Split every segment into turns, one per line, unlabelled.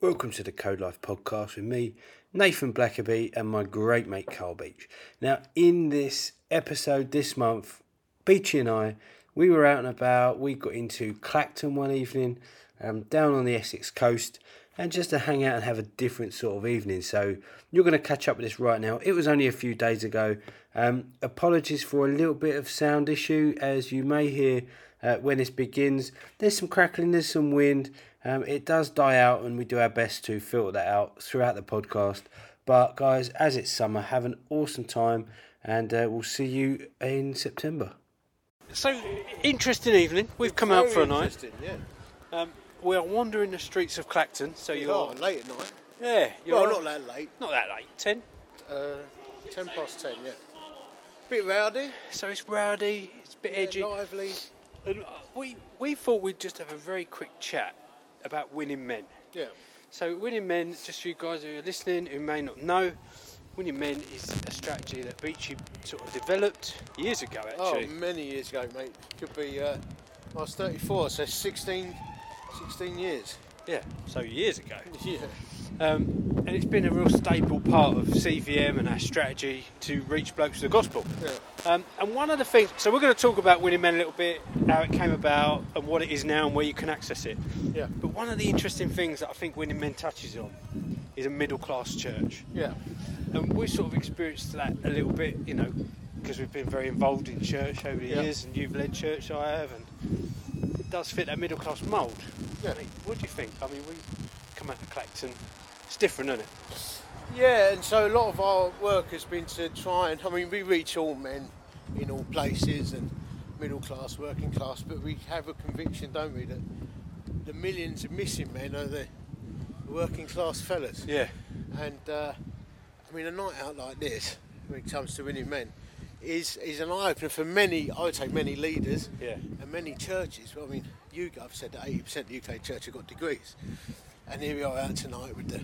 Welcome to the Code Life podcast with me, Nathan Blackerby, and my great mate Carl Beach. Now, in this episode this month, Beachy and I, we were out and about. We got into Clacton one evening, um, down on the Essex coast, and just to hang out and have a different sort of evening. So you're going to catch up with this right now. It was only a few days ago. Um, apologies for a little bit of sound issue, as you may hear uh, when this begins. There's some crackling, there's some wind. Um, it does die out, and we do our best to filter that out throughout the podcast. But guys, as it's summer, have an awesome time, and uh, we'll see you in September. So interesting evening. We've come out
Very
for a night.
interesting, Yeah.
Um, we are wandering the streets of Clacton. So
You
you're
are Oh, late at night.
yeah, you're
well, not that late.
not that late. Ten.
Uh, ten past ten. Yeah. Bit rowdy.
So it's rowdy. It's a bit edgy.
Lively.
And uh, we we thought we'd just have a very quick chat about winning men.
Yeah.
So winning men, just for you guys who are listening who may not know, winning men is a strategy that Beachy sort of developed years ago
Oh,
actually.
many years ago, mate. Could be. Uh, I was 34, so 16, 16 years.
Yeah, so years ago.
Yeah.
Um, and it's been a real staple part of CVM and our strategy to reach blokes to the gospel.
Yeah.
Um, and one of the things, so we're going to talk about Winning Men a little bit, how it came about, and what it is now, and where you can access it.
Yeah.
But one of the interesting things that I think Winning Men touches on is a middle class church.
Yeah.
And we sort of experienced that a little bit, you know, because we've been very involved in church over the
Yeah.
years, and you've led church, I have, and it does fit that middle class mould.
Yeah.
I mean, what do you think? I mean, we come out of Clacton, it's different, isn't it?
Yeah, and so a lot of our work has been to try and, I mean, we reach all men in all places and middle class, working class, but we have a conviction, don't we, that the millions of missing men are the working class fellas.
Yeah.
And uh, I mean, a night out like this, when it comes to winning men, is, is an eye opener for many, I would say, many leaders
Yeah.
and many churches. Well, I mean, YouGov said that 80% of the UK church have got degrees. And here we are out tonight with the,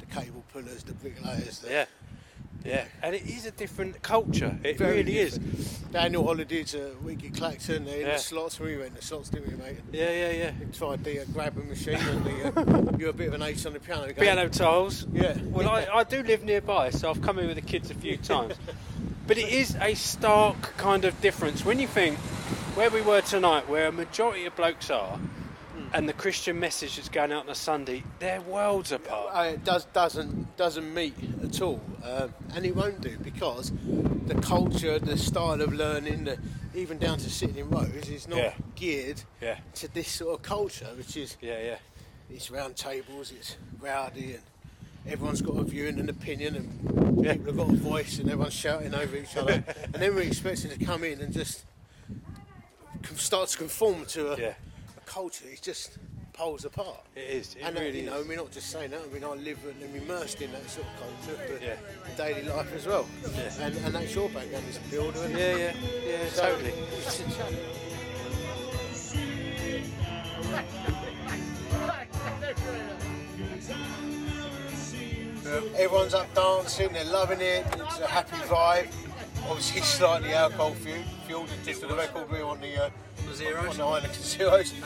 the cable pullers, the bricklayers, the
Yeah. Yeah. And it is a different culture. It
Very
really is.
different. Daniel Holiday's a week at Clacton, they're in
Yeah.
the slots, we went in the slots, didn't we, mate?
Yeah, yeah, yeah.
And tried the uh, grabbing machine and the, uh, you're a bit of an ace on the piano. game.
Piano tiles.
Yeah.
Well, I, I do live nearby, so I've come here with the kids a few times. but it is a stark kind of difference when you think where we were tonight, where a majority of blokes are, and the Christian message that's going out on a Sunday, they're worlds apart.
Uh, it does doesn't doesn't meet at all, um, and it won't do because the culture, the style of learning, the, even down to sitting in rows, is not
Yeah.
geared
Yeah.
to this sort of culture, which is
Yeah, yeah.
it's round tables, it's rowdy, and everyone's got a view and an opinion, and
Yeah.
people have got a voice, and everyone's shouting over each other, and then we're expected to come in and just con- start to conform to a,
Yeah.
a culture. It just poles apart
It is. It
and uh,
really
you know,
is.
we're not just saying that. I mean, I live and am immersed in that sort of culture, but
Yeah.
daily life as well.
Yeah.
And, and that's your background as a builder. And
Yeah, yeah, yeah,
So
totally.
It's a challenge. Um, Everyone's up dancing, they're loving it, it's a happy vibe. Obviously, slightly alcohol fueled, fueled just for the record, we were on the, uh, on the Island of Zeros.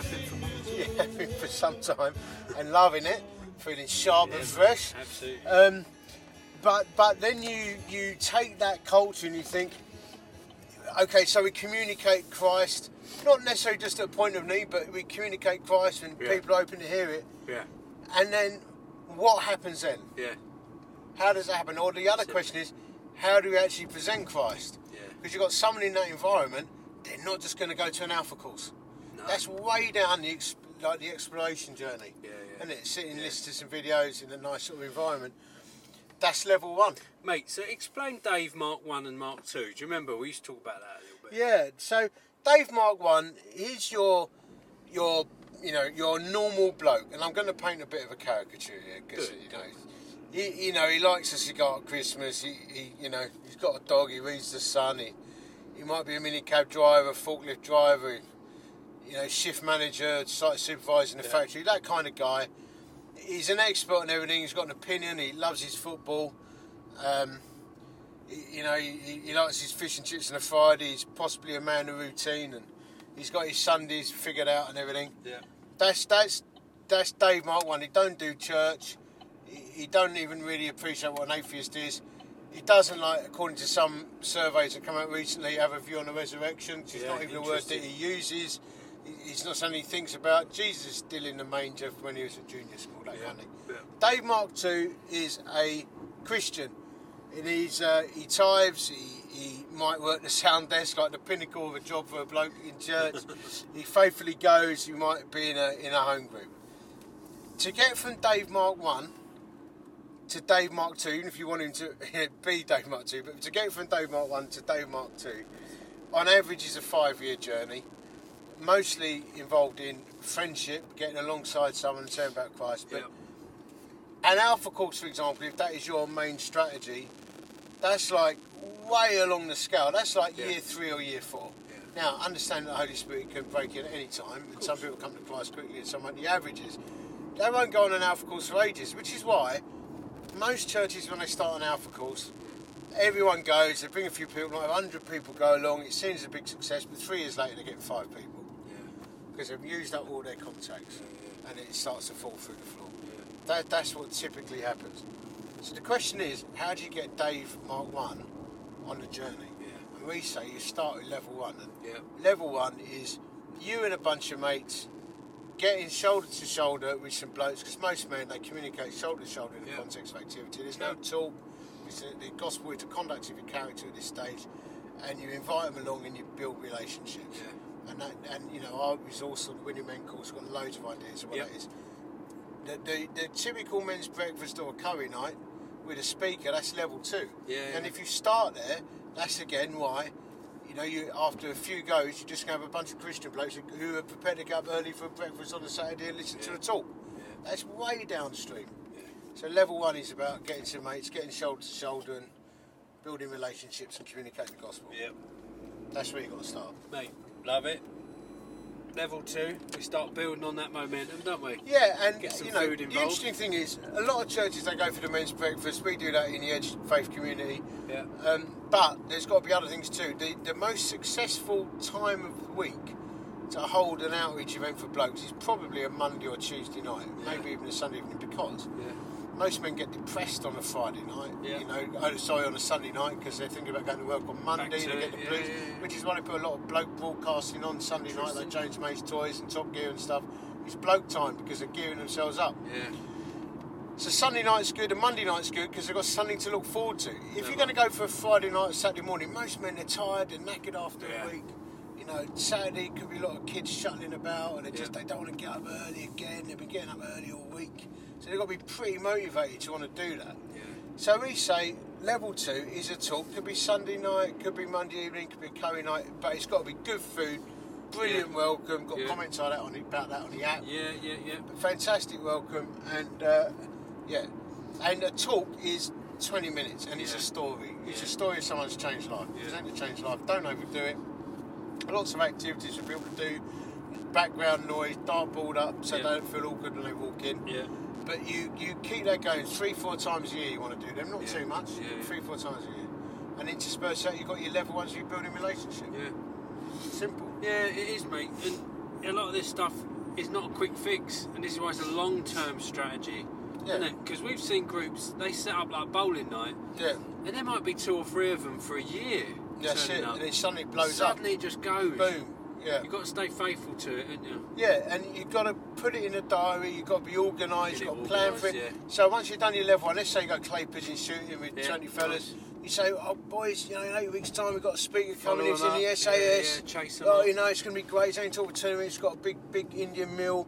Yeah, for some time, and loving it, feeling sharp and fresh.
Absolutely.
Um, but but then you you take that culture and you think, okay, so we communicate Christ, not necessarily just at a point of need, but we communicate Christ and
Yeah.
people are open to hear it.
Yeah,
And then what happens then?
yeah,
How does that happen? Or the other question is, how do we actually present Christ?
Yeah.
Because you've got someone in that environment, they're not just going to go to an alpha course. That's way down the ex- like the exploration journey.
Yeah, yeah.
And it's sitting listening to some videos in a nice sort of environment. That's level one.
mate. So explain Dave Mark One and Mark Two. Do you remember we used to talk about that a little bit?
Yeah. So Dave Mark One is your your you know your normal bloke, and I'm going to paint a bit of a caricature here because
Good.
you know he you know he likes a cigar at Christmas. He, he you know he's got a dog. He reads the Sun. He he might be a minicab driver, forklift driver, you know shift manager, site supervisor in the factory. That kind of guy. He's an expert on everything. He's got an opinion. He loves his football. Um, he- you know, he, he- he likes his fish and chips on a Friday. He's possibly a man of routine, and he's got his Sundays figured out and everything.
Yeah.
That's that's that's Dave Mark One. He don't do church. He, he don't even really appreciate what an atheist is. He doesn't like, according to some surveys that come out recently, have a view on the resurrection. 'cause It's
Yeah,
not even a word that
interesting.
he uses. He- It's not something he thinks about. Jesus is still in the manger from when he was at junior school, that kind of thing.
Yeah.
Dave Mark Two is a Christian, and he's uh, he tithes. He, he might work the sound desk, like the pinnacle of a job for a bloke in church. he faithfully goes. He might be in a in a home group. To get from Dave Mark One to Dave Mark Two, even if you want him to be Dave Mark Two, but to get from Dave Mark One to Dave Mark Two, on average is a five year journey. Mostly involved in friendship, getting alongside someone and saying about Christ, but
Yeah.
an alpha course, for example, if that is your main strategy, that's like way along the scale. That's like
Yeah.
year three or year four.
Yeah.
Now, understand that the Holy Spirit can break in at any time, and some people come to Christ quickly, and some at the averages. They won't go on an alpha course for ages, which is why most churches, when they start an alpha course, everyone goes, they bring a few people, like 100 people go along, it seems a big success, but three years later they get five people because they've used up all their contacts and it starts to fall through the floor. That, that's what typically happens. So the question is, how do you get Dave Mark One on the journey?
Yeah.
And we say you start at level one. And
Yeah.
Level one is you and a bunch of mates getting shoulder to shoulder with some blokes because most men they communicate shoulder to shoulder in the
Yeah.
context of activity. There's no talk. It's the, the gospel is the conduct of your character at this stage, and you invite them along and you build relationships. And that, and you know our resource on the Winning Men course got loads of ideas of what
Yeah.
that is. The, the, the typical men's breakfast or curry night with a speaker that's level two.
Yeah,
And
yeah.
if you start there, that's again why. You know, you after a few goes, you're just going to have a bunch of Christian blokes who- who are prepared to go up early for breakfast on a Saturday and listen to
Yeah.
a talk.
Yeah.
That's way downstream.
Yeah.
So level one is about getting to mates, getting shoulder to shoulder, and building relationships and communicating the gospel.
Yeah.
That's where you got to start.
Mate, love it. Level two, we start building on that momentum, don't we?
Yeah, and
Get some
you know,
food
the
involved.
interesting thing is, a lot of churches they go for the men's breakfast. We do that in the Edge Faith community.
Yeah.
Um, but there's got to be other things too. The, the most successful time of the week to hold an outreach event for blokes is probably a Monday or Tuesday night, maybe even a Sunday evening, because
Yeah.
most men get depressed on a Friday night.
Yeah.
You know, oh, sorry, on a Sunday night because they're thinking about going to work on Monday.
to
They get
it,
the
yeah,
blues,
yeah, yeah.
which is why they put a lot of bloke broadcasting on Sunday night, like James May's toys and Top Gear and stuff. It's bloke time because they're gearing themselves up.
Yeah.
So Sunday night's good and Monday night's good because they've got something to look forward to. If you're going to go for a Friday night or Saturday morning, most men are tired and knackered after
Yeah.
a week. You know, Saturday could be a lot of kids shuttling about and they just
Yeah.
they don't want to get up early again. They've been getting up early all week, so they've got to be pretty motivated to want to do that.
Yeah.
So we say level two is a talk. Could be Sunday night, could be Monday evening, could be curry night, but it's got to be good food, brilliant
Yeah.
welcome. Got
Yeah.
comments on that on the, about that on the app
Yeah, yeah, yeah.
fantastic welcome and uh, yeah and a talk is 20 minutes and it's
Yeah.
a story it's
Yeah.
a story of someone's changed life
Yeah.
present a changed life don't overdo it lots of activities for people to do background noise dartboard up so
Yeah.
they don't feel awkward when they walk in
Yeah.
but you, you keep that going three four times a year you want to do them not
Yeah.
too much
Yeah, yeah.
three four times a year and intersperse that you've got your level ones you're building relationship
Yeah.
simple
Yeah, it is, mate. And a lot of this stuff is not a quick fix, and this is why it's a long-term strategy,
Yeah.
isn't it? Because we've seen groups they set up like bowling night,
yeah
and there might be two or three of them for a year.
that's
turning
it
Up.
and then suddenly it blows
Suddenly it just goes.
up boom yeah
You've got to stay faithful to it, haven't you?
Yeah, and you've got to put it in a diary, you've got to be organised,
Get
you've
it
got to plan for it.
organised, yeah.
So once you've done your level one, let's say you go clay pigeon shooting with
Yeah,
20 fellas, you say, oh boys, you know, in eight weeks time we've got a speaker
Follow
coming, he's in
them
the
up,
SAS.
yeah, yeah, chase them
oh,
up."
you know, it's going to be great, he's only talking two minutes, he's got a big, big Indian meal.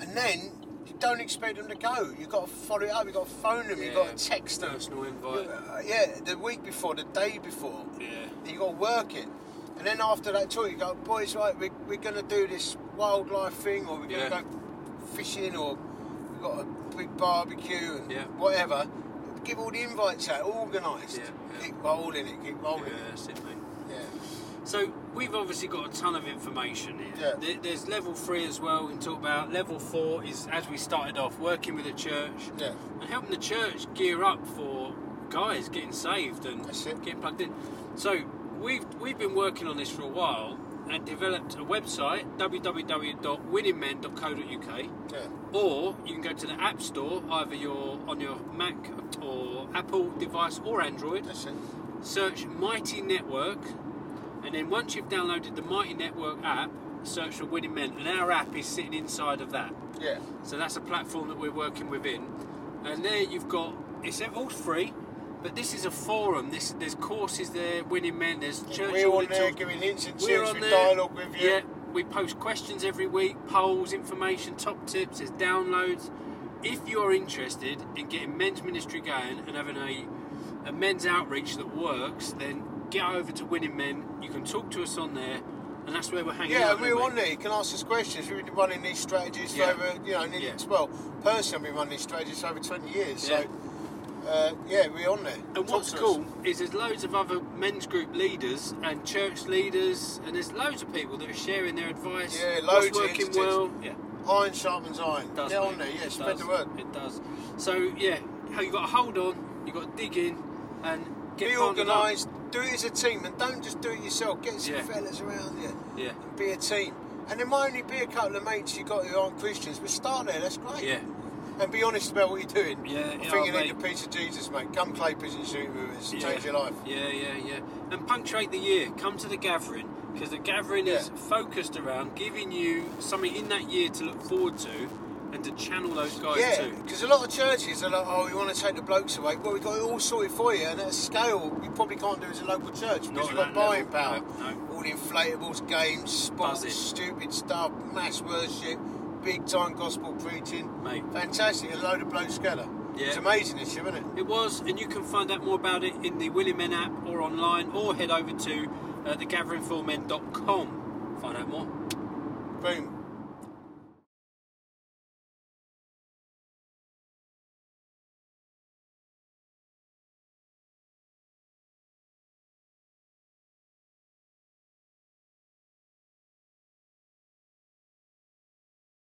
And then you don't expect them to go, you've got to follow it up, you've got to phone them, you've got to
Yeah,
text them.
Personal invite.
Uh, yeah, the week before, the day before
Yeah.
you got to work it. And then after that tour, you go, boys, right, we, we're going to do this wildlife thing, or we're going to
Yeah.
go fishing, or we've got a big barbecue and
Yeah.
whatever. Give all the invites out, organised.
Yeah, yeah.
Keep rolling it, keep rolling
Yeah,
it.
that's it, mate.
Yeah.
So we've obviously got a ton of information here.
Yeah.
There- There's level three as well. We can talk about level four is as we started off working with the church
Yeah.
and helping the church gear up for guys getting saved and
That's it.
getting plugged in. So we've we've been working on this for a while. and developed a website www.winningmen.co.uk
Yeah.
or you can go to the App Store, either your on your Mac or Apple device or Android.
That's it.
Search Mighty Network, and then once you've downloaded the Mighty Network app, search for Winning Men, and our app is sitting inside of that.
Yeah.
So that's a platform that we're working within, and there you've got it's all free. But this is a forum. This there's courses there, winning men. There's Churchill.
We're on
Little-
there giving hints and tips with dialogue with you.
yeah, we post questions every week, polls, information, top tips, there's downloads. If you're interested in getting men's ministry going and having a, a men's outreach that works, then get over to Winning Men. You can talk to us on there, and that's where we're hanging
Yeah,
out.
and we were on
aren't
there. You can ask us questions. We've been running these strategies
Yeah.
for over, you know, nearly,
Yeah.
well, personally, I've been running these strategies for over 20 years.
Yeah.
So, uh, yeah, we're on there.
And
Talk
what's
to us.
cool is there's loads of other men's group leaders and church leaders, and there's loads of people that are sharing their advice.
Yeah, loads of
what's working
instances.
well. Yeah.
Iron sharpens iron.
does,
Get
mate.
on there, yeah,
It
spread
does.
the word.
It does. So yeah, how you got to hold on, you got to dig in, and get
Be
partnered up.
organised, do it as a team, and don't just do it yourself. Get some
Yeah.
fellas around you.
Yeah,
and Be a team. And there might only be a couple of mates you got who aren't Christians, but start there, that's great.
yeah,
And be honest about what you're doing.
Yeah,
I
yeah,
think you
mate.
need a piece of Jesus, mate. Come clay pigeon shooting with us.
yeah.
Change your life.
Yeah, yeah, yeah. And punctuate the year. Come to the gathering because the gathering is
Yeah.
focused around giving you something in that year to look forward to and to channel those guys
Yeah,
to.
because a lot of churches are like, oh, we want to take the blokes away. Well, we've got it all sorted for you, and at a scale you probably can't do as a local church
Not at
because you've got
that
buying power.
level. No, no.
All the inflatables, games, sports,
Buzzing.
stupid stuff, mass worship, big time gospel preaching.
Mate.
Fantastic, a load of blokes together.
Yeah.
It's amazing this year, isn't it?
It was, and you can find out more about it in the Willy Men app or online, or head over to uh, thegatheringformen.com. Find out more.
Boom.